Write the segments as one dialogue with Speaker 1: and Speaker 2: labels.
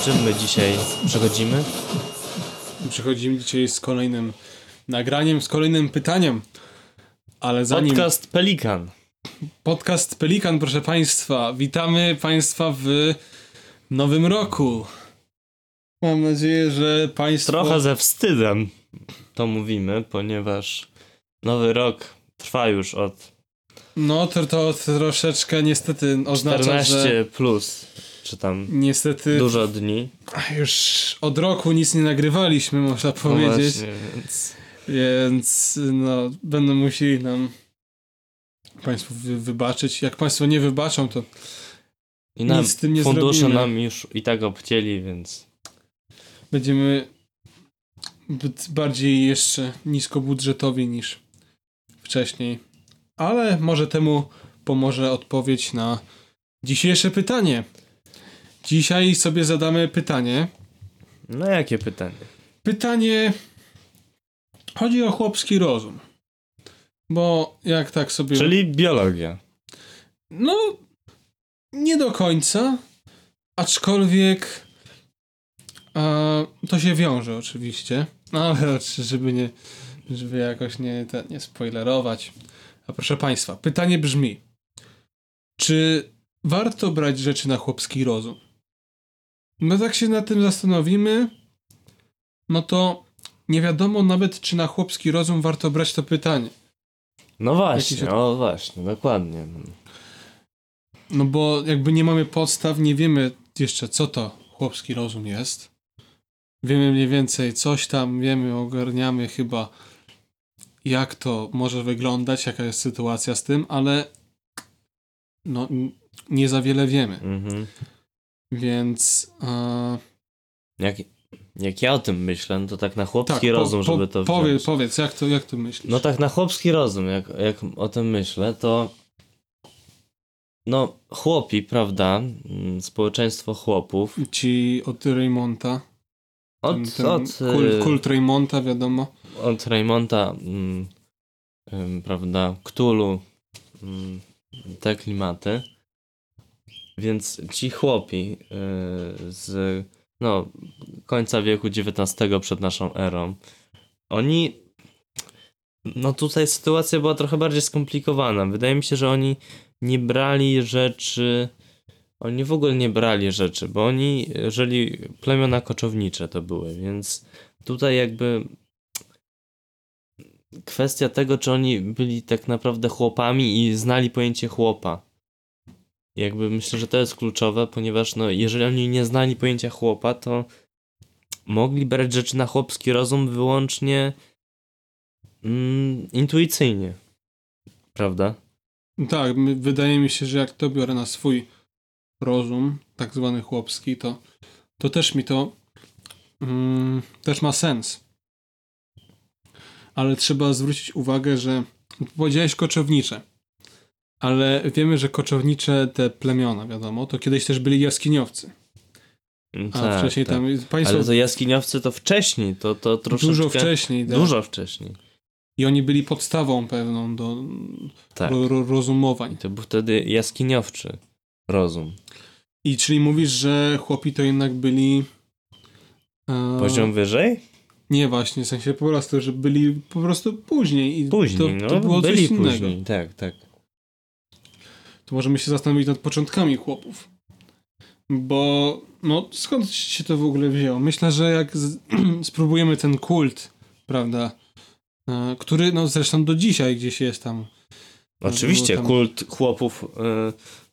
Speaker 1: którym my dzisiaj przechodzimy?
Speaker 2: Przychodzimy dzisiaj z kolejnym nagraniem, z kolejnym pytaniem. Ale zanim.
Speaker 1: Podcast Pelikan.
Speaker 2: Podcast Pelikan, proszę Państwa. Witamy Państwa w nowym roku. Mam nadzieję, że Państwo.
Speaker 1: Trochę ze wstydem to mówimy, ponieważ nowy rok trwa już od
Speaker 2: No to, to troszeczkę niestety
Speaker 1: No,
Speaker 2: oznacza,
Speaker 1: 14
Speaker 2: że.
Speaker 1: plus, czy tam
Speaker 2: Niestety
Speaker 1: dużo dni.
Speaker 2: już od roku nic nie nagrywaliśmy, można
Speaker 1: No
Speaker 2: powiedzieć.
Speaker 1: właśnie, więc
Speaker 2: Więc no, będą musieli nam Państwo wy- wybaczyć. Jak Państwo nie wybaczą, to
Speaker 1: I nam
Speaker 2: nic z tym nie
Speaker 1: fundusze
Speaker 2: zrobimy.
Speaker 1: nam już i tak obcięli, więc
Speaker 2: będziemy zbyt bardziej jeszcze niskobudżetowi niż wcześniej. Ale może temu pomoże odpowiedź na dzisiejsze pytanie. Dzisiaj sobie zadamy pytanie.
Speaker 1: no jakie pytanie?
Speaker 2: Pytanie. Chodzi o chłopski rozum. Bo jak tak sobie.
Speaker 1: Czyli biologia.
Speaker 2: No, nie do końca, aczkolwiek e, to się wiąże oczywiście, no, ale oczy- żeby nie, żeby jakoś nie, te, nie spoilerować. A proszę Państwa, pytanie brzmi, czy warto brać rzeczy na chłopski rozum? No tak się nad tym zastanowimy, no to nie wiadomo nawet, czy na chłopski rozum warto brać to pytanie.
Speaker 1: No właśnie,
Speaker 2: Jakiś-
Speaker 1: o właśnie, dokładnie.
Speaker 2: No bo jakby nie mamy podstaw, nie wiemy jeszcze co to chłopski rozum jest. Wiemy mniej więcej coś tam, wiemy, ogarniamy chyba jak to może wyglądać, jaka jest sytuacja z tym, ale no n- nie za wiele wiemy.
Speaker 1: Mhm.
Speaker 2: Więc e,
Speaker 1: Jak, jak ja o tym myślę, no to tak na chłopski
Speaker 2: tak, po-
Speaker 1: rozum,
Speaker 2: po-
Speaker 1: żeby to
Speaker 2: powie,
Speaker 1: wziąć.
Speaker 2: powiedz, jak to, jak to myślisz?
Speaker 1: No tak na chłopski rozum, jak, jak o tym myślę, to no chłopi, prawda? Mm, Społeczeństwo chłopów.
Speaker 2: Ci od Raymonta,
Speaker 1: Od,
Speaker 2: ten, ten
Speaker 1: od,
Speaker 2: kult,
Speaker 1: y,
Speaker 2: kult Raymonta wiadomo.
Speaker 1: od Raymonta, mm, ym, prawda, Ktulu, mm, te klimaty. Więc ci chłopi y, z no, końca wieku XIX przed naszą erą, oni. No tutaj sytuacja była trochę bardziej skomplikowana. Wydaje mi się, że oni nie brali rzeczy. Oni w ogóle nie brali rzeczy, bo oni żyli. Plemiona koczownicze to były, więc tutaj jakby kwestia tego, czy oni byli tak naprawdę chłopami i znali pojęcie chłopa. Jakby myślę, że to jest kluczowe, ponieważ no, jeżeli oni nie znali pojęcia chłopa, to mogli brać rzeczy na chłopski rozum wyłącznie mm, intuicyjnie. Prawda?
Speaker 2: Tak, my- wydaje mi się, że jak to biorę na swój rozum, tak zwany chłopski, to, to też mi to mm, też ma sens. Ale trzeba zwrócić uwagę, że powiedziałeś koczownicze, ale wiemy, że koczownicze te plemiona, wiadomo, to kiedyś też byli jaskiniowcy.
Speaker 1: Mm,
Speaker 2: A
Speaker 1: tak,
Speaker 2: wcześniej
Speaker 1: tak.
Speaker 2: tam państwo
Speaker 1: Ale to jaskiniowcy to wcześniej, to, to troszeczkę...
Speaker 2: dużo wcześniej. tak.
Speaker 1: Dużo wcześniej.
Speaker 2: I oni byli podstawą pewną do,
Speaker 1: Tak.
Speaker 2: do ro, rozumowań.
Speaker 1: I to był wtedy jaskiniowczy rozum.
Speaker 2: I czyli mówisz, że chłopi to jednak byli. e,
Speaker 1: Poziom wyżej?
Speaker 2: Nie właśnie, w sensie po prostu, że byli po prostu później i
Speaker 1: Później,
Speaker 2: to,
Speaker 1: no.
Speaker 2: to było
Speaker 1: byli
Speaker 2: coś innego.
Speaker 1: później, tak, tak.
Speaker 2: To możemy się zastanowić nad początkami chłopów. Bo no skąd się to w ogóle wzięło? Myślę, że jak z, spróbujemy ten kult, prawda, e, który no zresztą do dzisiaj gdzieś jest tam.
Speaker 1: No, Oczywiście,
Speaker 2: Było tam-
Speaker 1: kult chłopów, y,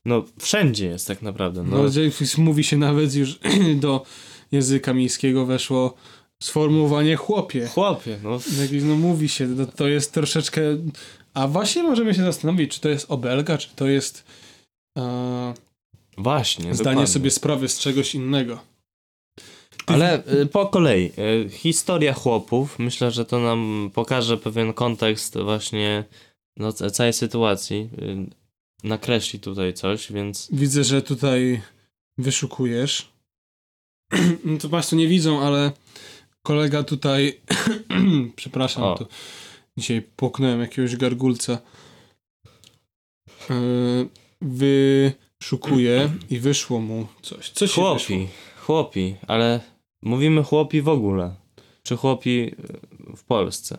Speaker 1: no wszędzie jest tak naprawdę.
Speaker 2: No,
Speaker 1: No,
Speaker 2: że już mówi się nawet już do języka miejskiego weszło sformułowanie chłopie.
Speaker 1: chłopie, no.
Speaker 2: Jakiś, no mówi się, no, to jest troszeczkę. A właśnie możemy się zastanowić, czy to jest obelga, czy to jest e,
Speaker 1: Właśnie,
Speaker 2: zdanie
Speaker 1: dokładnie.
Speaker 2: sobie sprawy z czegoś innego.
Speaker 1: Ale y, po kolei, y, historia chłopów, myślę, że to nam pokaże pewien kontekst właśnie no, ca- całej sytuacji. Y, nakreśli tutaj coś, więc
Speaker 2: Widzę, że tutaj wyszukujesz. No to Państwo nie widzą, ale kolega tutaj. Przepraszam,
Speaker 1: O.
Speaker 2: to dzisiaj płoknąłem jakiegoś gargulca. E, wyszukuje i wyszło mu coś. Co się wyszło?
Speaker 1: chłopi, chłopi, ale mówimy chłopi w ogóle. Czy chłopi y, w Polsce?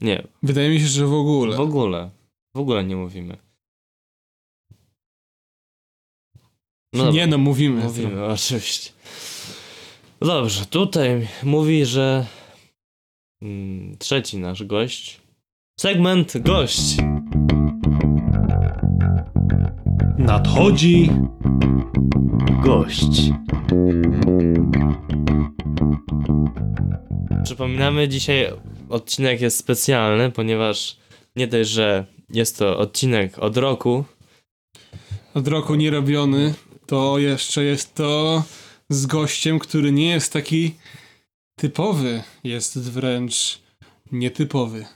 Speaker 1: Nie,
Speaker 2: Wydaje mi się, że w ogóle.
Speaker 1: w ogóle. W ogóle nie mówimy. dobra.
Speaker 2: nie no, mówimy.
Speaker 1: Mówimy, oczywiście. Dobrze, tutaj mówi, że mm, trzeci nasz gość. Segment gość.
Speaker 3: Nadchodzi gość.
Speaker 1: Przypominamy, dzisiaj odcinek jest specjalny, ponieważ nie dość, że jest to odcinek od roku,
Speaker 2: Od roku nierobiony, to jeszcze jest to z gościem, który nie jest taki typowy. Jest wręcz nietypowy.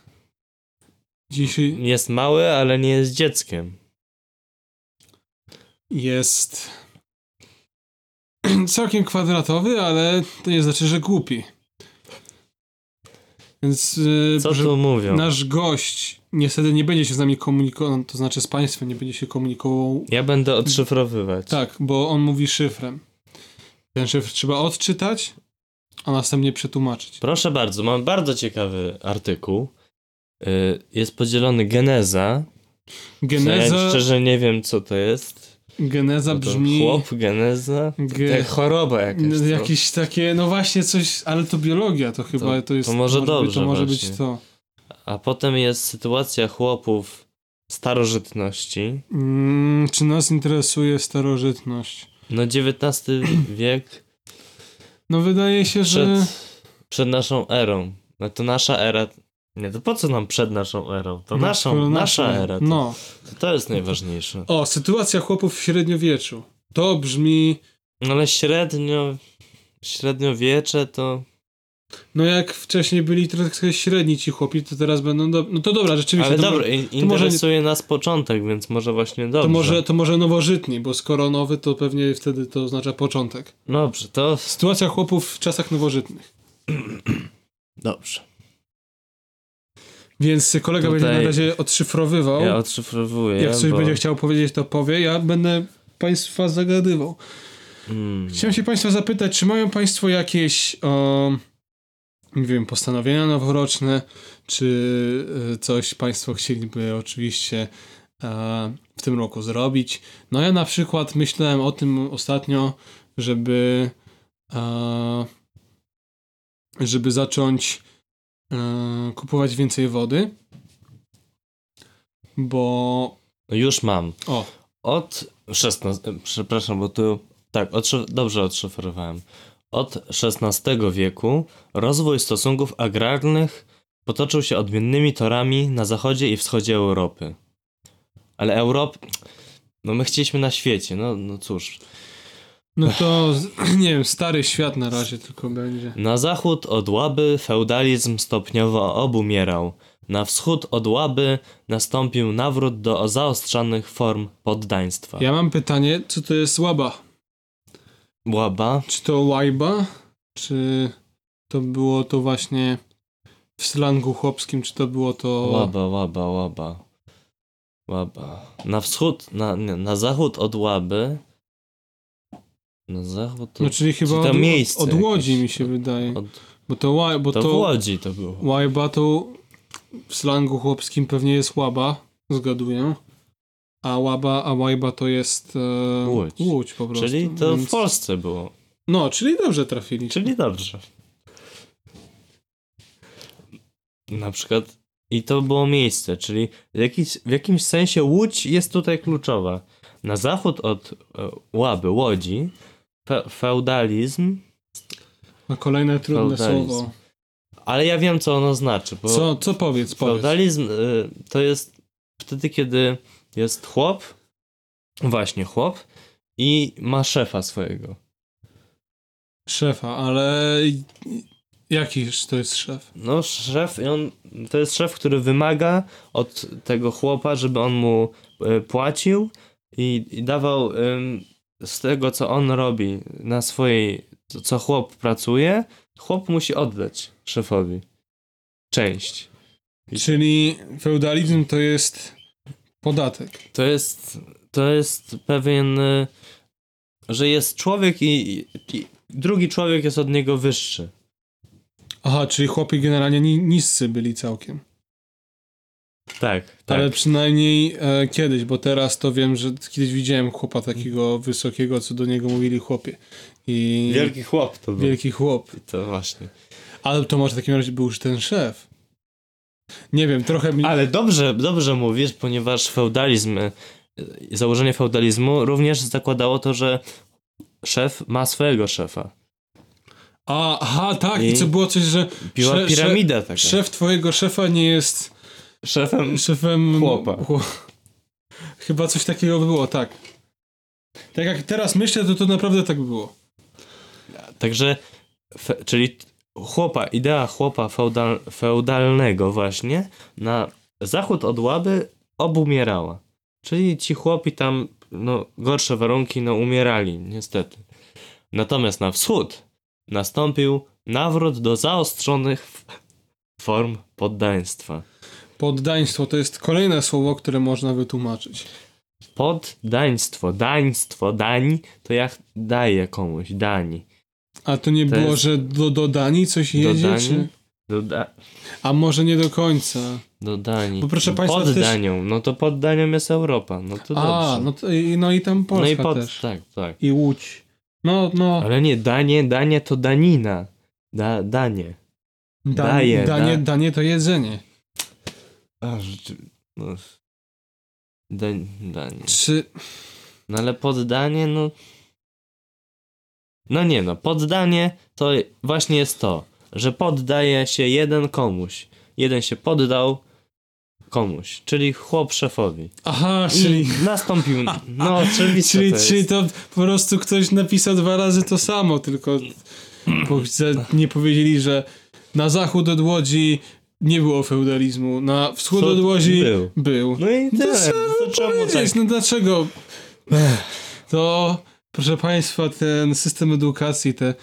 Speaker 2: Dzisiaj
Speaker 1: jest mały, ale nie jest dzieckiem.
Speaker 2: jest całkiem kwadratowy, ale to nie znaczy, że głupi. Więc yy,
Speaker 1: Co
Speaker 2: proszę-
Speaker 1: tu mówią?
Speaker 2: nasz gość niestety nie będzie się z nami komunikował, to znaczy z państwem nie będzie się komunikował.
Speaker 1: Ja będę odszyfrowywać.
Speaker 2: Tak, bo on mówi szyfrem. Ten szyfr trzeba odczytać, a następnie przetłumaczyć.
Speaker 1: Proszę bardzo, mam bardzo ciekawy artykuł. Y, Jest podzielony geneza. Ja
Speaker 2: Geneza,
Speaker 1: szczerze nie wiem, co to jest.
Speaker 2: geneza
Speaker 1: To
Speaker 2: brzmi
Speaker 1: Chłop, geneza.
Speaker 2: Ge-
Speaker 1: Ge... Choroba jakaś.
Speaker 2: n-
Speaker 1: to.
Speaker 2: jakieś takie, no właśnie coś, ale to biologia to chyba to, jest.
Speaker 1: to może
Speaker 2: być-
Speaker 1: dobrze
Speaker 2: To może
Speaker 1: właśnie.
Speaker 2: być to.
Speaker 1: A potem jest sytuacja chłopów starożytności.
Speaker 2: Mm, czy nas interesuje starożytność?
Speaker 1: No XIX wiek
Speaker 2: No wydaje się,
Speaker 1: przed,
Speaker 2: że
Speaker 1: przed naszą erą. No to nasza era... Nie, to po co nam przed naszą erą? To
Speaker 2: No, skoro
Speaker 1: naszą, nasza era. tak. To,
Speaker 2: No.
Speaker 1: to jest najważniejsze.
Speaker 2: O, sytuacja chłopów w średniowieczu. To brzmi
Speaker 1: No ale średnio... Średniowiecze to...
Speaker 2: No jak wcześniej byli trochę średni ci chłopi, to teraz będą do... No to dobra, rzeczywiście.
Speaker 1: Ale
Speaker 2: to,
Speaker 1: dobra,
Speaker 2: mo-
Speaker 1: in-
Speaker 2: może-
Speaker 1: interesuje nas początek, więc może właśnie dobrze.
Speaker 2: to, może, to może nowożytni, bo skoro nowy, to pewnie wtedy to oznacza początek.
Speaker 1: Dobrze, to...
Speaker 2: Sytuacja chłopów w czasach nowożytnych.
Speaker 1: Dobrze.
Speaker 2: Więc kolega będzie
Speaker 1: Tutaj-
Speaker 2: na razie odszyfrowywał.
Speaker 1: Ja odszyfrowuję,
Speaker 2: No. jak coś
Speaker 1: bo...
Speaker 2: będzie chciał powiedzieć, to powie. Ja będę państwa zagadywał.
Speaker 1: Mm.
Speaker 2: Chciałem się państwa zapytać, czy mają państwo jakieś o, nie wiem, postanowienia noworoczne, czy y, coś państwo chcieliby oczywiście e, w tym roku zrobić. No ja na przykład myślałem o tym ostatnio, żeby e, żeby zacząć e, kupować więcej wody, bo
Speaker 1: No Już mam.
Speaker 2: o,
Speaker 1: Od 16. Przepraszam, bo tu. Tak, odszy... dobrze odszyfrowałem. Od XVI wieku rozwój stosunków agrarnych potoczył się odmiennymi torami na zachodzie i wschodzie Europy. Ale Europ. No my chcieliśmy na świecie, no, no cóż.
Speaker 2: no to z- nie wiem, stary świat na razie tylko będzie.
Speaker 1: Na zachód od Łaby feudalizm stopniowo obumierał. Na wschód od Łaby nastąpił nawrót do zaostrzanych form poddaństwa.
Speaker 2: Tak. Ja mam pytanie, co to jest łaba?
Speaker 1: Łaba
Speaker 2: Czy to łajba? Czy to było to właśnie w slangu chłopskim, czy to było to...
Speaker 1: Łaba, łaba, łaba. Łaba. Na wschód, na, nie, na zachód od łaby. Na zachód od,
Speaker 2: No czyli chyba
Speaker 1: to
Speaker 2: od,
Speaker 1: miejsce
Speaker 2: od Łodzi
Speaker 1: jakieś.
Speaker 2: mi się wydaje.
Speaker 1: od
Speaker 2: Bo to, łaj, bo
Speaker 1: To
Speaker 2: to,
Speaker 1: w Łodzi to było.
Speaker 2: łajba to w slangu chłopskim pewnie jest łaba, zgaduję. A łaba, a łajba to jest e,
Speaker 1: Łódź.
Speaker 2: łódź po prostu.
Speaker 1: Czyli to
Speaker 2: więc-
Speaker 1: w Polsce było.
Speaker 2: No, czyli dobrze trafili.
Speaker 1: Czyli dobrze. Na przykład i to było miejsce, czyli w, jakiś, w jakimś sensie Łódź jest tutaj kluczowa. Na zachód od e, Łaby, Łodzi, fe, feudalizm,
Speaker 2: No, kolejne trudne
Speaker 1: Feudalizm.
Speaker 2: słowo.
Speaker 1: ale ja wiem co ono znaczy, bo
Speaker 2: Co, co powiedz, powiedz.
Speaker 1: Feudalizm y, to jest wtedy, kiedy jest chłop, właśnie chłop, i ma szefa swojego.
Speaker 2: Szefa, ale jakiż to jest szef?
Speaker 1: No, szef, i on, to jest szef, który wymaga od tego chłopa, żeby on mu y, płacił i, i dawał ym, z tego, co on robi na swojej, co, co chłop pracuje, chłop musi oddać szefowi część.
Speaker 2: Czyli feudalizm to jest podatek.
Speaker 1: To e, jest, to jest pewien, y, że jest człowiek i, i, drugi człowiek jest od niego wyższy.
Speaker 2: Aha, czyli chłopi generalnie ni- niscy byli całkiem.
Speaker 1: Tak, tak.
Speaker 2: Ale przynajmniej e, kiedyś, bo teraz to wiem, że kiedyś widziałem chłopa takiego wysokiego, co do niego mówili chłopie. I wielki,
Speaker 1: Wielki chłop to był.
Speaker 2: chłop.
Speaker 1: To właśnie.
Speaker 2: Ale to może w takim razie był już ten szef. Nie wiem, trochę mi...
Speaker 1: Ale dobrze, dobrze mówisz, ponieważ feudalizm, y, y, założenie feudalizmu również zakładało to, że szef ma swojego szefa.
Speaker 2: A, aha, tak, i...
Speaker 1: I-
Speaker 2: co było coś, że
Speaker 1: Była
Speaker 2: Sze-
Speaker 1: piramida taka.
Speaker 2: szef twojego szefa nie jest
Speaker 1: Szefem
Speaker 2: szefem...
Speaker 1: Chłopa.
Speaker 2: chło- Chyba coś takiego było, tak. Tak jak teraz myślę, to to naprawdę tak było.
Speaker 1: Także, fe, czyli chłopa, idea chłopa feudal, feudalnego właśnie na zachód od Łaby obumierała. Czyli ci chłopi tam, no, gorsze warunki, no, umierali, niestety. Natomiast na wschód nastąpił nawrót do zaostrzonych f- form poddaństwa.
Speaker 2: Poddaństwo to jest kolejne słowo, które można wytłumaczyć.
Speaker 1: Poddaństwo, daństwo, dań, to jak daję komuś, dani.
Speaker 2: A to nie
Speaker 1: To
Speaker 2: było,
Speaker 1: jest-
Speaker 2: że do, do Danii coś jedzie?
Speaker 1: Dodani,
Speaker 2: Czy...
Speaker 1: doda,
Speaker 2: A może nie do końca.
Speaker 1: Do Danii.
Speaker 2: Bo proszę państwa,
Speaker 1: pod
Speaker 2: też-
Speaker 1: Danią. No to pod Danią jest Europa. No to
Speaker 2: A,
Speaker 1: dobrze.
Speaker 2: no, to, i- no i tam Polska
Speaker 1: no i pod.
Speaker 2: też.
Speaker 1: Tak, tak.
Speaker 2: I Łódź. No, no.
Speaker 1: Ale nie, Danie, Danie to Danina. Da, Danie.
Speaker 2: Dan,
Speaker 1: daje,
Speaker 2: danie,
Speaker 1: da-
Speaker 2: danie to jedzenie.
Speaker 1: A, rzeczywiście. No. Dań, Danie.
Speaker 2: Czy...
Speaker 1: No ale poddanie, no. No nie no, poddanie to właśnie jest to, że poddaje się jeden komuś. Jeden się poddał komuś, czyli chłop szefowi.
Speaker 2: Aha,
Speaker 1: Czyli
Speaker 2: czyli...
Speaker 1: nastąpił. No oczywiście.
Speaker 2: Czyli,
Speaker 1: to jest.
Speaker 2: czyli to po prostu ktoś napisał dwa razy to samo, tylko bo chce- nie powiedzieli, że na zachód od Łodzi nie było feudalizmu, na wschód
Speaker 1: Wschód
Speaker 2: od Łodzi
Speaker 1: był.
Speaker 2: był.
Speaker 1: No i
Speaker 2: To
Speaker 1: tyle.
Speaker 2: trzeba
Speaker 1: To czemu tak?
Speaker 2: powiedzieć, no dlaczego? To, proszę Państwa, ten system edukacji, te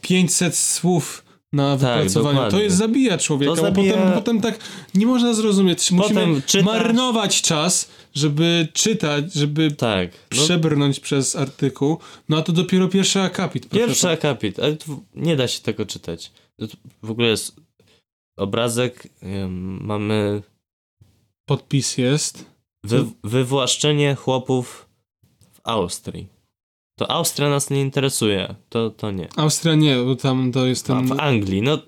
Speaker 2: 500 słów na wypracowaniu, to
Speaker 1: Tak, dokładnie.
Speaker 2: jest zabija człowieka,
Speaker 1: To
Speaker 2: bo
Speaker 1: zabija-
Speaker 2: potem, potem tak nie można zrozumieć. Musimy
Speaker 1: czytasz-
Speaker 2: marnować czas, żeby czytać, żeby
Speaker 1: Tak. No,
Speaker 2: przebrnąć przez artykuł, no a to dopiero pierwszy akapit. proszę
Speaker 1: pierwszy akapit, ale tu nie da się tego czytać. To tu W ogóle jest obrazek, ym, mamy
Speaker 2: pa- Podpis jest.
Speaker 1: wy, wywłaszczenie chłopów w Austrii. To Austria nas nie interesuje, to, to nie.
Speaker 2: Austria nie, bo tam to jest
Speaker 1: A
Speaker 2: ten...
Speaker 1: w Anglii, no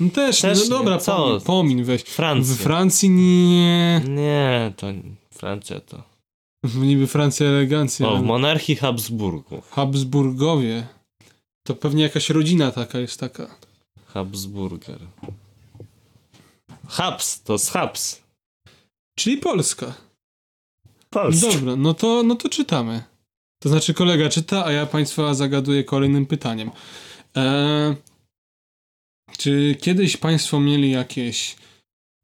Speaker 2: No też,
Speaker 1: też nie.
Speaker 2: no dobra,
Speaker 1: Co?
Speaker 2: pomin, pomin weź. W
Speaker 1: Francja.
Speaker 2: Francji nie...
Speaker 1: Nie, to nie- Francja to.
Speaker 2: W niby Francja elegancja.
Speaker 1: O, w
Speaker 2: ale
Speaker 1: monarchii Habsburgów.
Speaker 2: Habsburgowie. To pewnie jakaś rodzina taka jest taka.
Speaker 1: Habsburger. Habs, to z Habs.
Speaker 2: Czyli Polska.
Speaker 1: Polska.
Speaker 2: Dobra, no to, no to czytamy. To znaczy kolega czyta, a ja państwa zagaduję kolejnym pytaniem. E, czy kiedyś państwo mieli jakieś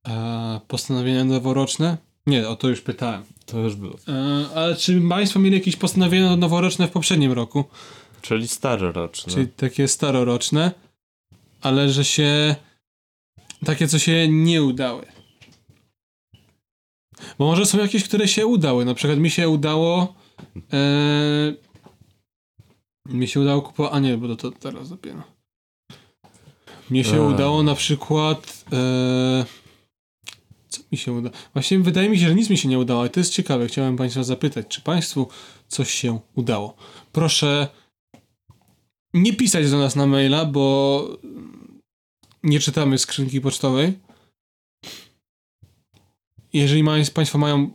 Speaker 2: e, postanowienia noworoczne? Nie, o to już pytałem.
Speaker 1: To już było.
Speaker 2: E, ale czy państwo mieli jakieś postanowienia noworoczne w poprzednim roku?
Speaker 1: Czyli staroroczny.
Speaker 2: Czyli takie staroroczne, ale że się. Takie, co się nie udały. Bo może są jakieś, które się udały. Na przykład mi się udało. E, mi się udało kupować. A nie, bo to teraz dopiero. Mnie się
Speaker 1: Eee.
Speaker 2: udało na przykład. E, co mi się uda? Właśnie wydaje mi się, że nic mi się nie udało, ale to jest ciekawe. Chciałem Państwa zapytać, czy Państwu coś się udało? Proszę nie pisać do nas na maila, bo nie czytamy skrzynki pocztowej. Jeżeli mają, Państwo mają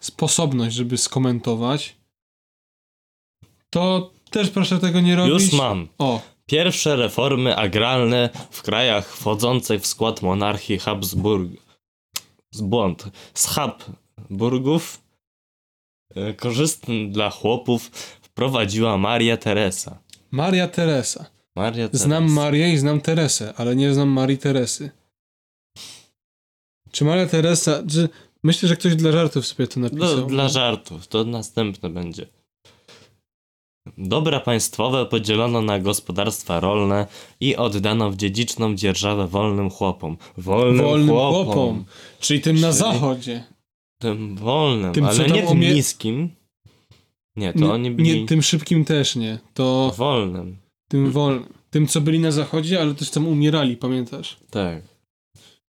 Speaker 2: sposobność, żeby skomentować, to też proszę tego nie robić.
Speaker 1: Już mam.
Speaker 2: O,
Speaker 1: Pierwsze reformy agralne w krajach wchodzących w skład monarchii Habsburg. Z błąd. Z Habsburgów e, korzystny dla chłopów wprowadziła Maria Teresa.
Speaker 2: Maria Teresa.
Speaker 1: Maria Teresa.
Speaker 2: Znam Marię i znam Teresę, ale nie znam Marii Teresy. Czy Maria Teresa, czy myślę, że ktoś dla żartów sobie to napisał.
Speaker 1: No, dla żartów, to następne będzie. Dobra państwowe podzielono na gospodarstwa rolne i oddano w dziedziczną dzierżawę wolnym chłopom. Wolnym,
Speaker 2: Wolnym
Speaker 1: chłopom.
Speaker 2: chłopom. Czyli tym na
Speaker 1: Czyli-
Speaker 2: zachodzie.
Speaker 1: Tym wolnym,
Speaker 2: Tym, co
Speaker 1: ale
Speaker 2: tam
Speaker 1: nie tym
Speaker 2: umie-
Speaker 1: niskim. Nie, to
Speaker 2: Nie-
Speaker 1: oni byli
Speaker 2: Nie, tym szybkim też nie. To,
Speaker 1: wolnym.
Speaker 2: tym wolnym. Tym, co byli na zachodzie, ale też tam umierali, pamiętasz?
Speaker 1: Tak.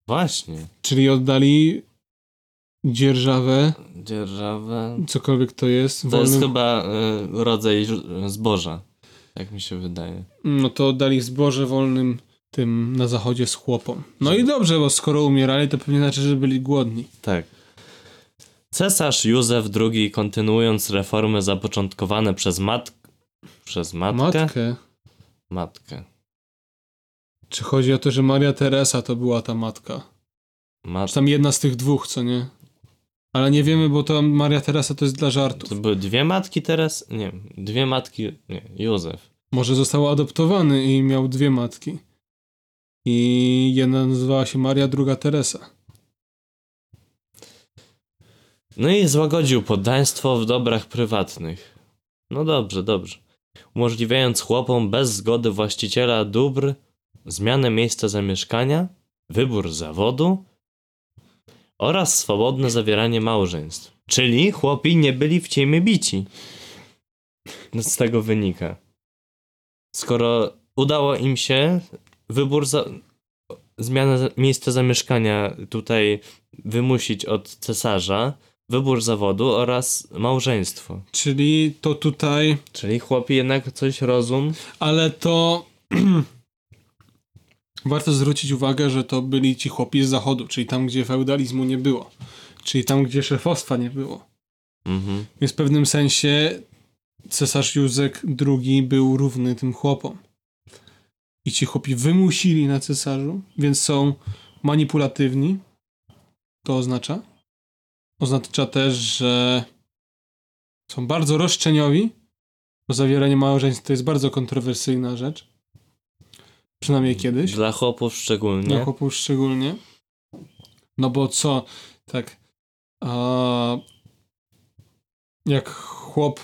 Speaker 1: Właśnie.
Speaker 2: Czyli oddali dzierżawę,
Speaker 1: Dzierżawę.
Speaker 2: cokolwiek to jest,
Speaker 1: To
Speaker 2: wolnym,
Speaker 1: jest chyba y, rodzaj żu- zboża. Jak mi się wydaje.
Speaker 2: no to oddali zboże wolnym tym na zachodzie z chłopom. No i dobrze, bo skoro umierali, to pewnie znaczy, że byli głodni.
Speaker 1: Tak. Cesarz Józef II, kontynuując reformy zapoczątkowane przez matkę. Przez matkę?
Speaker 2: Matkę?
Speaker 1: Matkę.
Speaker 2: Czy chodzi o to, że Maria Teresa to była ta matka? Czy
Speaker 1: Mat...
Speaker 2: tam jedna z tych dwóch, co nie? Ale nie wiemy, bo to Maria Teresa to jest dla żartów.
Speaker 1: To były dwie matki teraz? Nie, dwie matki. Nie, Józef.
Speaker 2: Może został adoptowany i miał dwie matki. I jedna nazywała się Maria, druga Teresa.
Speaker 1: No i złagodził poddaństwo w dobrach prywatnych. No dobrze, dobrze. Umożliwiając chłopom bez zgody właściciela dóbr zmianę miejsca zamieszkania, wybór zawodu oraz swobodne zawieranie małżeństw. Czyli chłopi nie byli w ciemię bici. No Z tego wynika. Skoro udało im się wybór za... zmianę za... miejsca zamieszkania tutaj wymusić od cesarza, wybór zawodu oraz małżeństwo.
Speaker 2: Czyli to tutaj,
Speaker 1: Czyli chłopi jednak coś rozum.
Speaker 2: ale to. Warto zwrócić uwagę, że to byli ci chłopi z zachodu, czyli tam, gdzie feudalizmu nie było, czyli tam, gdzie szefostwa nie było.
Speaker 1: Mhm.
Speaker 2: Więc w pewnym sensie cesarz Józek II był równy tym chłopom. I ci chłopi wymusili na cesarzu, więc są manipulatywni. To oznacza? Oznacza też, że są bardzo roszczeniowi, bo zawieranie małżeństw to jest bardzo kontrowersyjna rzecz. Przynajmniej kiedyś.
Speaker 1: Dla chłopów szczególnie.
Speaker 2: Dla chłopów szczególnie. No bo co, tak. A, jak chłop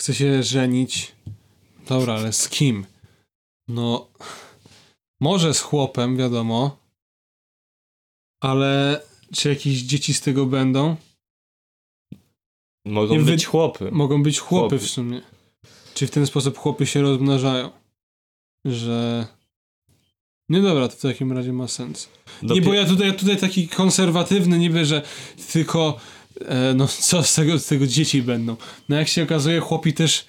Speaker 2: chce się żenić. Dobra, ale z kim? No. Może z chłopem, wiadomo. Ale czy jakieś dzieci z tego będą?
Speaker 1: Mogą
Speaker 2: Nie wy-
Speaker 1: być chłopy.
Speaker 2: Mogą być chłopy,
Speaker 1: Chłopy.
Speaker 2: w sumie. Czy w ten sposób chłopy się rozmnażają? Że. Nie dobra, to w takim razie ma sens.
Speaker 1: Dopie-
Speaker 2: Nie, bo ja tutaj, ja tutaj taki konserwatywny niby, że tylko e, no co z tego, z tego dzieci będą. No jak się okazuje, chłopi też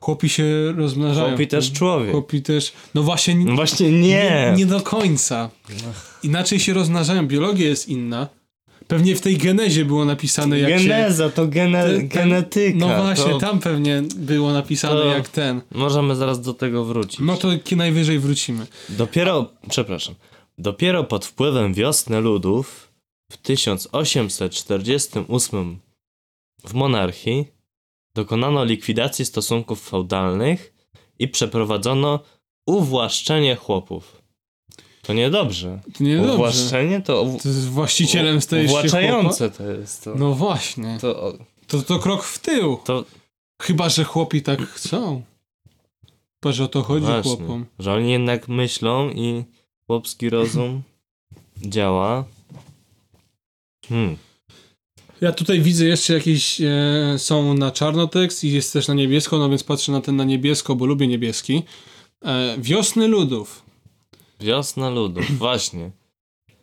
Speaker 2: chłopi się rozmnażają.
Speaker 1: Chłopi też człowiek.
Speaker 2: Chłopi też, no właśnie
Speaker 1: No
Speaker 2: nie,
Speaker 1: Właśnie nie.
Speaker 2: nie, nie do końca. Inaczej się rozmnażają, biologia jest inna. Pewnie w tej genezie było napisane jak się...
Speaker 1: Geneza, to gene...
Speaker 2: ten-
Speaker 1: genetyka.
Speaker 2: No właśnie,
Speaker 1: to...
Speaker 2: tam pewnie było napisane
Speaker 1: to-
Speaker 2: jak ten.
Speaker 1: Możemy zaraz do tego wrócić.
Speaker 2: No to ki- najwyżej wrócimy.
Speaker 1: Dopiero, przepraszam, dopiero pod wpływem wiosny ludów w 1848 w monarchii dokonano likwidacji stosunków feudalnych i przeprowadzono uwłaszczenie chłopów. To niedobrze.
Speaker 2: To niedobrze.
Speaker 1: Uwłaszczenie to uw...
Speaker 2: To z właścicielem stajesz się chłopa.
Speaker 1: uwłaczające to jest. To,
Speaker 2: No właśnie.
Speaker 1: to,
Speaker 2: To, to krok w tył.
Speaker 1: to
Speaker 2: Chyba, że chłopi tak chcą. Chyba, że o to chodzi
Speaker 1: właśnie,
Speaker 2: chłopom.
Speaker 1: że oni jednak myślą i chłopski rozum działa. Hmm.
Speaker 2: Ja tutaj widzę jeszcze jakieś, e, są na czarno tekst i jest też na niebiesko, no więc patrzę na ten na niebiesko, bo lubię niebieski. E, wiosny ludów.
Speaker 1: Wiosna ludów, właśnie.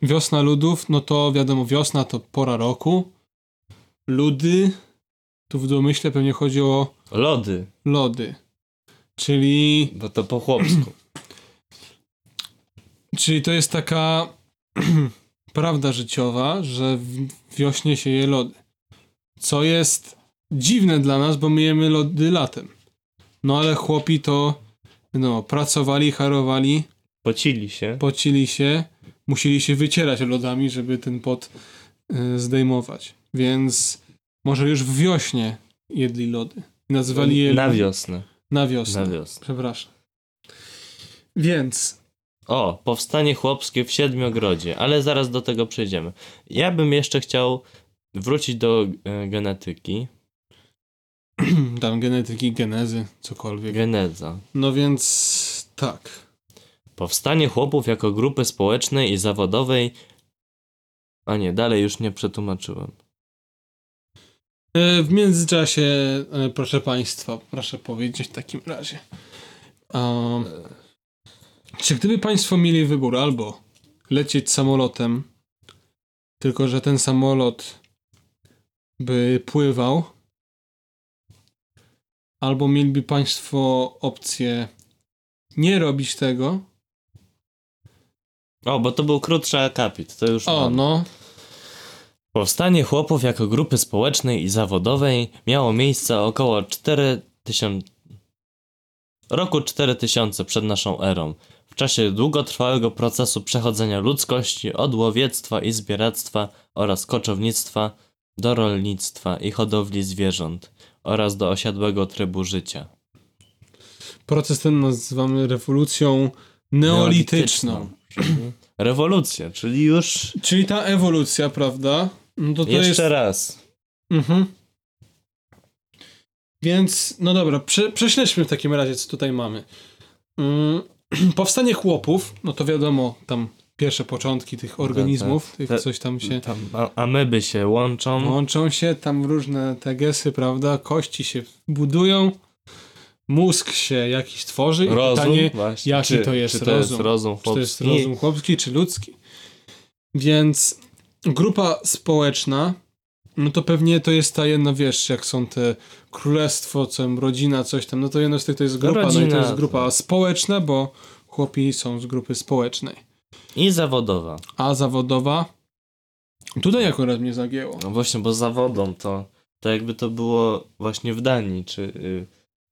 Speaker 2: Wiosna ludów, no to wiadomo, wiosna to pora roku. Ludy, tu w domyśle pewnie chodzi o
Speaker 1: Lody,
Speaker 2: lody. Czyli
Speaker 1: bo to po chłopsku.
Speaker 2: Czyli to jest taka prawda życiowa, że w wiośnie się je lody. Co jest dziwne dla nas, bo my jemy lody latem. No ale chłopi to no, pracowali, harowali,
Speaker 1: Pocili się.
Speaker 2: pocili się, musieli się wycierać lodami, żeby ten pot y, zdejmować. Więc może już w wiośnie jedli lody. I nazywali je
Speaker 1: Na wiosnę.
Speaker 2: na wiosnę.
Speaker 1: Na wiosnę.
Speaker 2: Przepraszam. Więc
Speaker 1: O, powstanie chłopskie w Siedmiogrodzie, ale zaraz do tego przejdziemy. Ja bym jeszcze chciał wrócić do e, genetyki.
Speaker 2: tam genetyki, genezy, cokolwiek.
Speaker 1: Geneza.
Speaker 2: No więc tak.
Speaker 1: Powstanie chłopów jako grupy społecznej i zawodowej. A nie, dalej już nie przetłumaczyłem.
Speaker 2: E, W międzyczasie, e, proszę Państwa, proszę powiedzieć w takim razie. Um, czy gdyby Państwo mieli wybór albo lecieć samolotem, tylko że ten samolot by pływał, albo mieliby Państwo opcję nie robić tego,
Speaker 1: O, bo to był krótszy akapit, to już
Speaker 2: o
Speaker 1: mam.
Speaker 2: no,
Speaker 1: Powstanie chłopów jako grupy społecznej i zawodowej miało miejsce około 4000 roku 4000 przed naszą erą, w czasie długotrwałego procesu przechodzenia ludzkości od łowiectwa i zbieractwa oraz koczownictwa do rolnictwa i hodowli zwierząt oraz do osiadłego trybu życia.
Speaker 2: proces ten nazywamy rewolucją neolityczną.
Speaker 1: Czyli Rewolucja, czyli już
Speaker 2: Czyli ta ewolucja, prawda? No to to
Speaker 1: jeszcze
Speaker 2: jest...
Speaker 1: raz.
Speaker 2: Mhm. Więc, no dobra, prze, prześledźmy w takim razie, co tutaj mamy. Mm, powstanie chłopów, no to wiadomo, tam pierwsze początki tych organizmów,
Speaker 1: Tak, Te- Mhm.
Speaker 2: tych coś tam się
Speaker 1: Tam a- ameby się łączą.
Speaker 2: łączą się, tam różne tegesy, prawda, kości się budują, mózg się jakiś tworzy i
Speaker 1: rozum,
Speaker 2: pytanie,
Speaker 1: właśnie.
Speaker 2: jaki to jest
Speaker 1: czy to jest
Speaker 2: rozum?
Speaker 1: rozum
Speaker 2: czy to jest
Speaker 1: chłopski?
Speaker 2: rozum chłopski czy ludzki. Więc grupa społeczna, no to pewnie to jest ta jedna, wiesz, jak są te królestwo, co tam, rodzina, coś tam, no to jedno z tych to jest grupa, no i to
Speaker 1: Rodzina.
Speaker 2: jest grupa społeczna, bo chłopi są z grupy społecznej.
Speaker 1: I zawodowa.
Speaker 2: A zawodowa, tutaj akurat mnie zagięło.
Speaker 1: No właśnie, bo zawodą to, to jakby to było właśnie w Danii, czy y,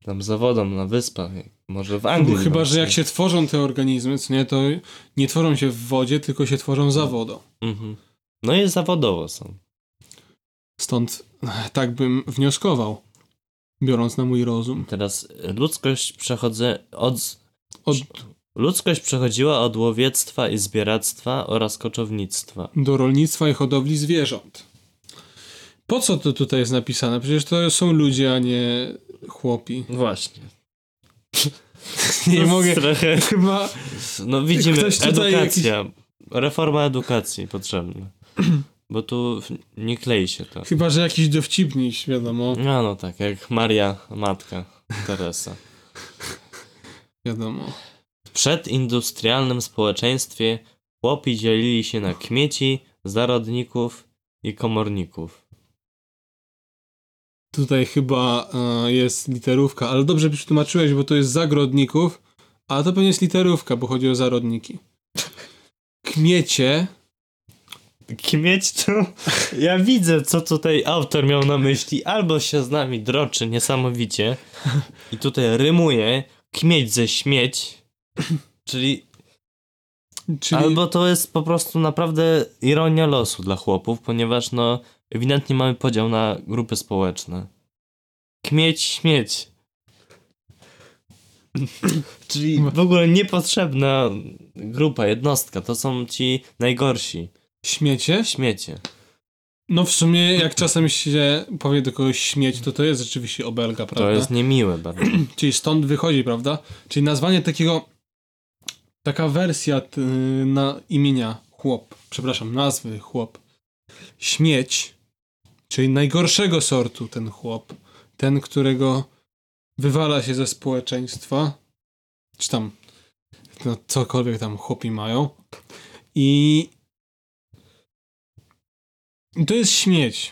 Speaker 1: tam zawodą na wyspach, może w Anglii.
Speaker 2: No Chyba,
Speaker 1: właśnie.
Speaker 2: że jak się tworzą te organizmy, co nie, to nie tworzą się w wodzie, tylko się tworzą za wodą.
Speaker 1: Mhm. No i zawodowo są.
Speaker 2: Stąd tak bym wnioskował, biorąc na mój rozum.
Speaker 1: Teraz y, ludzkość przechodzę od...
Speaker 2: Od
Speaker 1: Ludzkość przechodziła od łowiectwa i zbieractwa oraz koczownictwa.
Speaker 2: do rolnictwa i hodowli zwierząt. Po co to tutaj jest napisane? Przecież to są ludzie, a nie chłopi.
Speaker 1: Właśnie.
Speaker 2: Nie mogę.
Speaker 1: Trochę...
Speaker 2: Chyba
Speaker 1: No widzimy,
Speaker 2: Ktoś tutaj
Speaker 1: edukacja. Reforma edukacji potrzebna. Bo tu w- nie klei się to.
Speaker 2: Chyba, że jakiś dowcipniś, wiadomo.
Speaker 1: No, no tak, jak Maria, matka Teresa.
Speaker 2: Wiadomo.
Speaker 1: W przedindustrialnym społeczeństwie chłopi dzielili się na kmieci, zarodników i komorników.
Speaker 2: Tutaj chyba e, jest literówka, ale dobrze przetłumaczyłeś, bo to jest zagrodników, ale to pewnie jest literówka, bo chodzi o zarodniki. Kmiecie,
Speaker 1: Kmieć to... Ja widzę, co tutaj autor miał na myśli. Albo się z nami droczy niesamowicie i tutaj rymuje kmieć ze śmieć, czyli
Speaker 2: czyli
Speaker 1: Albo to jest po prostu naprawdę ironia losu dla chłopów, ponieważ no ewidentnie mamy podział na grupy społeczne. Kmieć, śmieć. Czyli w ogóle niepotrzebna grupa, jednostka. To są ci najgorsi.
Speaker 2: śmiecie.
Speaker 1: Śmiecie.
Speaker 2: No w sumie, jak czasem się powie do kogoś śmieć, to to jest rzeczywiście obelga, prawda?
Speaker 1: To jest niemiłe bardzo.
Speaker 2: Czyli stąd wychodzi, prawda? Czyli nazwanie takiego. Taka wersja t, na imienia chłop, przepraszam, nazwy chłop. Śmieć, czyli najgorszego sortu ten chłop. Ten, którego wywala się ze społeczeństwa, czy tam, no cokolwiek tam chłopi mają. I. I to jest śmieć.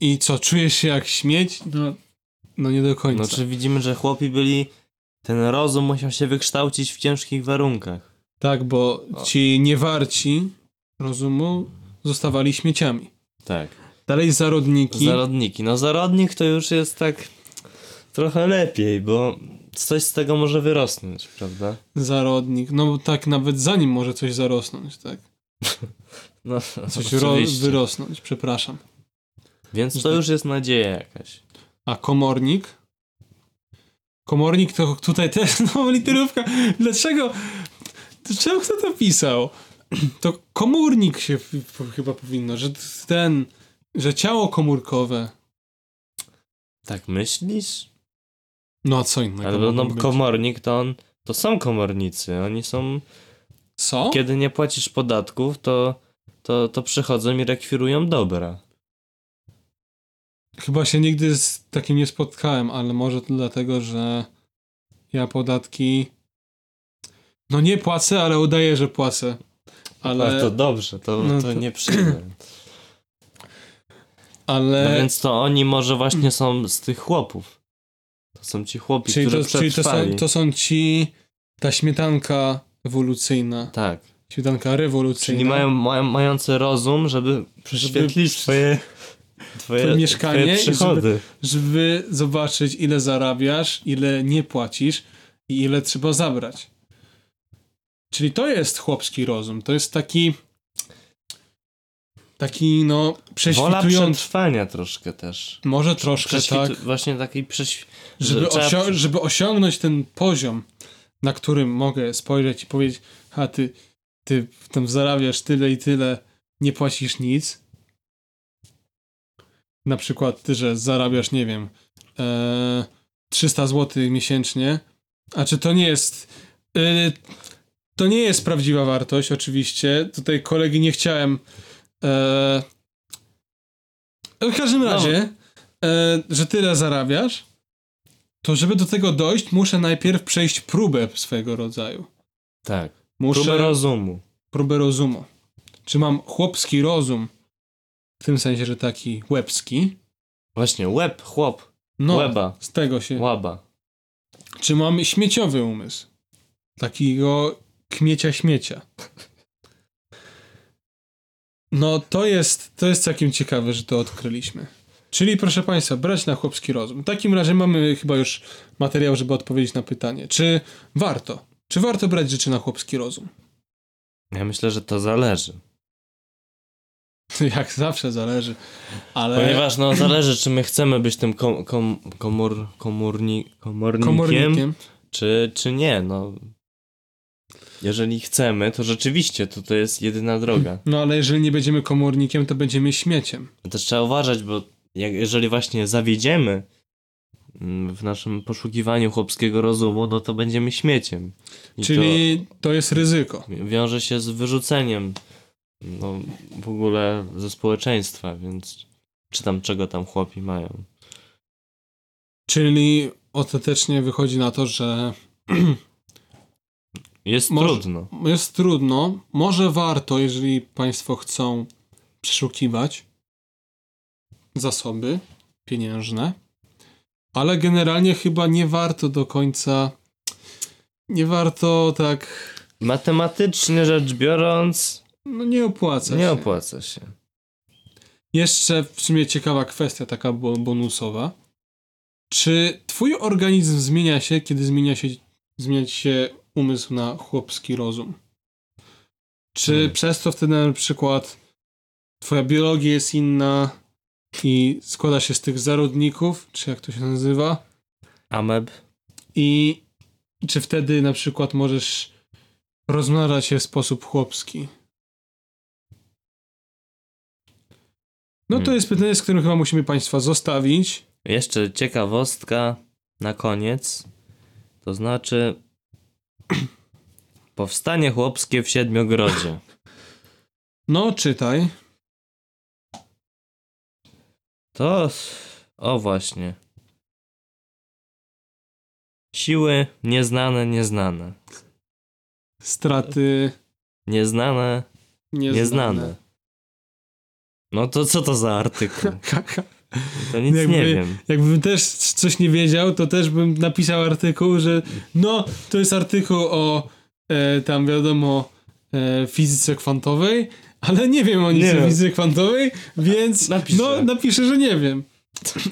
Speaker 2: I co, czujesz się jak śmieć? No, no nie do końca.
Speaker 1: No czy widzimy, że chłopi byli... Ten rozum musiał się wykształcić w ciężkich warunkach.
Speaker 2: Tak, bo
Speaker 1: O.
Speaker 2: ci niewarci rozumu zostawali śmieciami.
Speaker 1: Tak.
Speaker 2: Dalej zarodniki.
Speaker 1: Zarodniki. No zarodnik to już jest tak trochę lepiej, bo coś z tego może wyrosnąć, prawda?
Speaker 2: Zarodnik. No bo tak nawet zanim może coś zarosnąć, tak?
Speaker 1: No,
Speaker 2: Coś ro-
Speaker 1: oczywiście.
Speaker 2: wyrosnąć, przepraszam.
Speaker 1: Więc to już jest nadzieja jakaś.
Speaker 2: A komornik? Komornik to tutaj też, no literówka. Dlaczego? Dlaczego kto to pisał? To komórnik się w- w- chyba powinno, że ten, że ciało komórkowe.
Speaker 1: Tak myślisz?
Speaker 2: No a co innego?
Speaker 1: Albo no,
Speaker 2: mogło być?
Speaker 1: komornik to on, to są komornicy, oni są,
Speaker 2: co?
Speaker 1: kiedy nie płacisz podatków, to, to, to przychodzą i rekwirują dobra.
Speaker 2: Chyba się nigdy z takim nie spotkałem, ale może to dlatego, że Ja podatki. No nie płacę, ale udaję, że płacę.
Speaker 1: Ale No tak, to
Speaker 2: Ale.
Speaker 1: dobrze, to,
Speaker 2: No
Speaker 1: to
Speaker 2: to-
Speaker 1: nie przyjmę. No
Speaker 2: ale
Speaker 1: więc to oni może właśnie są z tych chłopów. To są ci chłopi,
Speaker 2: czyli
Speaker 1: którzy
Speaker 2: to, czyli to,
Speaker 1: przetrwali.
Speaker 2: są, to są ci. Ta śmietanka ewolucyjna.
Speaker 1: Tak.
Speaker 2: Śmietanka rewolucyjna.
Speaker 1: Czyli mają, mają, mający rozum, żeby prześwietlić twoje, twoje,
Speaker 2: twoje mieszkanie
Speaker 1: twoje
Speaker 2: i żeby-
Speaker 1: przychody.
Speaker 2: żeby zobaczyć, ile zarabiasz, ile nie płacisz i ile trzeba zabrać. Czyli to jest chłopski rozum. To jest taki. Taki, no,
Speaker 1: Wola
Speaker 2: prześwitujący.
Speaker 1: przetrwania troszkę też.
Speaker 2: Może troszkę,
Speaker 1: Prześwitu-
Speaker 2: tak.
Speaker 1: Właśnie takiej prześwi...
Speaker 2: Żeby,
Speaker 1: że trzeba-
Speaker 2: osio- żeby osiągnąć ten poziom, na którym mogę spojrzeć i powiedzieć: Ha, ty, ty tam zarabiasz tyle i tyle, nie płacisz nic. Na przykład, ty, że zarabiasz, nie wiem, e, 300 zł miesięcznie. A czy to nie jest. e, to nie jest prawdziwa wartość, oczywiście. Tutaj kolegi nie chciałem. e, w każdym
Speaker 1: No.
Speaker 2: razie, e, że tyle zarabiasz, to żeby do tego dojść, muszę najpierw przejść próbę swojego rodzaju.
Speaker 1: Tak.
Speaker 2: Muszę
Speaker 1: Próbę
Speaker 2: próbę,
Speaker 1: rozumu.
Speaker 2: rozumu. Czy mam chłopski rozum? W tym sensie, że taki łebski.
Speaker 1: Właśnie, łeb, chłop,
Speaker 2: No,
Speaker 1: łeba,
Speaker 2: z tego się.
Speaker 1: łaba.
Speaker 2: Czy mam śmieciowy umysł? Takiego kmiecia śmiecia. No to jest, to jest całkiem ciekawe, że to odkryliśmy. Czyli proszę Państwa, brać na chłopski rozum. W takim razie mamy chyba już materiał, żeby odpowiedzieć na pytanie. Czy warto? Czy warto brać rzeczy na chłopski rozum?
Speaker 1: Ja myślę, że to zależy.
Speaker 2: Jak zawsze zależy. Ale
Speaker 1: Ponieważ no zależy, czy my chcemy być tym kom, kom, komór, komórni, komornikiem,
Speaker 2: komornikiem.
Speaker 1: Czy, czy nie. No. Jeżeli chcemy, to rzeczywiście to, to jest jedyna droga.
Speaker 2: No ale jeżeli nie będziemy komornikiem, to będziemy śmieciem.
Speaker 1: Też No trzeba uważać, bo jak, jeżeli właśnie zawiedziemy mm, w naszym poszukiwaniu chłopskiego rozumu, no to będziemy śmieciem. I
Speaker 2: Czyli to jest ryzyko.
Speaker 1: to wiąże się z wyrzuceniem no, w ogóle ze społeczeństwa, więc czy tam czego tam chłopi mają.
Speaker 2: Czyli ostatecznie wychodzi na to, że
Speaker 1: Jest
Speaker 2: Może-
Speaker 1: trudno.
Speaker 2: jest trudno. Może warto, jeżeli Państwo chcą przeszukiwać zasoby pieniężne, ale generalnie chyba nie warto do końca. Nie warto tak.
Speaker 1: Matematycznie rzecz biorąc,
Speaker 2: No nie opłaca
Speaker 1: nie
Speaker 2: się.
Speaker 1: opłaca się.
Speaker 2: Jeszcze w sumie ciekawa kwestia, taka bo- bonusowa. Czy twój organizm zmienia się, kiedy zmienia się, zmienia ci się umysł na chłopski rozum? Czy
Speaker 1: Hmm.
Speaker 2: przez to wtedy na przykład twoja biologia jest inna i składa się z tych zarodników, czy jak to się nazywa?
Speaker 1: Ameb.
Speaker 2: I czy wtedy na przykład możesz rozmnażać się w sposób chłopski? No to
Speaker 1: Hmm.
Speaker 2: jest pytanie, z którym chyba musimy Państwa zostawić.
Speaker 1: Jeszcze ciekawostka na koniec. To znaczy powstanie chłopskie w Siedmiogrodzie.
Speaker 2: No, czytaj.
Speaker 1: To o właśnie. Siły nieznane, nieznane.
Speaker 2: Straty
Speaker 1: Nieznane,
Speaker 2: nieznane.
Speaker 1: nieznane. No to co to za artykuł? To nic
Speaker 2: Jakby-
Speaker 1: nie wiem.
Speaker 2: Jakbym też coś nie wiedział, to też bym napisał artykuł, że no, to jest artykuł o e, tam wiadomo e, fizyce kwantowej, ale nie wiem o nic
Speaker 1: Nie
Speaker 2: o
Speaker 1: wiem.
Speaker 2: fizyce kwantowej, więc
Speaker 1: Napiszę.
Speaker 2: no, napiszę, że nie wiem.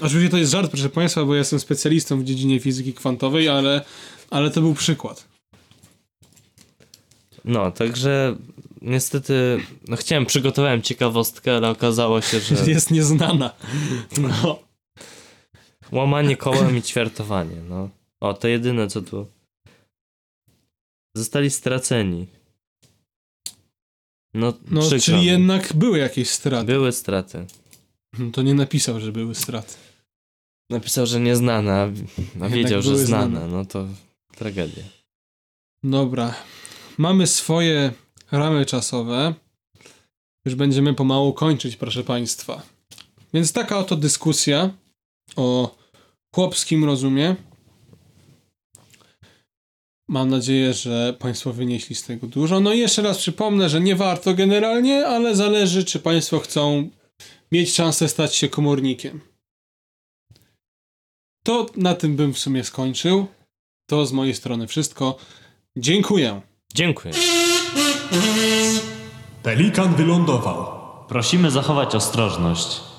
Speaker 2: Oczywiście to jest żart, proszę Państwa, bo ja jestem specjalistą w dziedzinie fizyki kwantowej, ale, ale to był przykład.
Speaker 1: No, także niestety no chciałem, przygotowałem ciekawostkę, ale okazało się, że
Speaker 2: Jest nieznana. No.
Speaker 1: Łamanie kołem i ćwiartowanie, no. O, to jedyne co tu. Zostali straceni. No,
Speaker 2: No,
Speaker 1: przykro
Speaker 2: czyli
Speaker 1: mi.
Speaker 2: jednak były jakieś straty.
Speaker 1: Były straty.
Speaker 2: To nie napisał, że były straty.
Speaker 1: Napisał, że nieznana, a a wiedział, że
Speaker 2: były
Speaker 1: znana.
Speaker 2: znane.
Speaker 1: No to tragedia.
Speaker 2: Dobra. Mamy swoje ramy czasowe. Już będziemy pomału kończyć, proszę Państwa. Więc taka oto dyskusja o chłopskim rozumie. Mam nadzieję, że Państwo wynieśli z tego dużo. No i jeszcze raz przypomnę, że nie warto generalnie, ale zależy, czy Państwo chcą mieć szansę stać się komornikiem. To na tym bym w sumie skończył. To z mojej strony wszystko. Dziękuję.
Speaker 1: Dziękuję.
Speaker 3: Pelikan wylądował.
Speaker 4: Prosimy zachować ostrożność.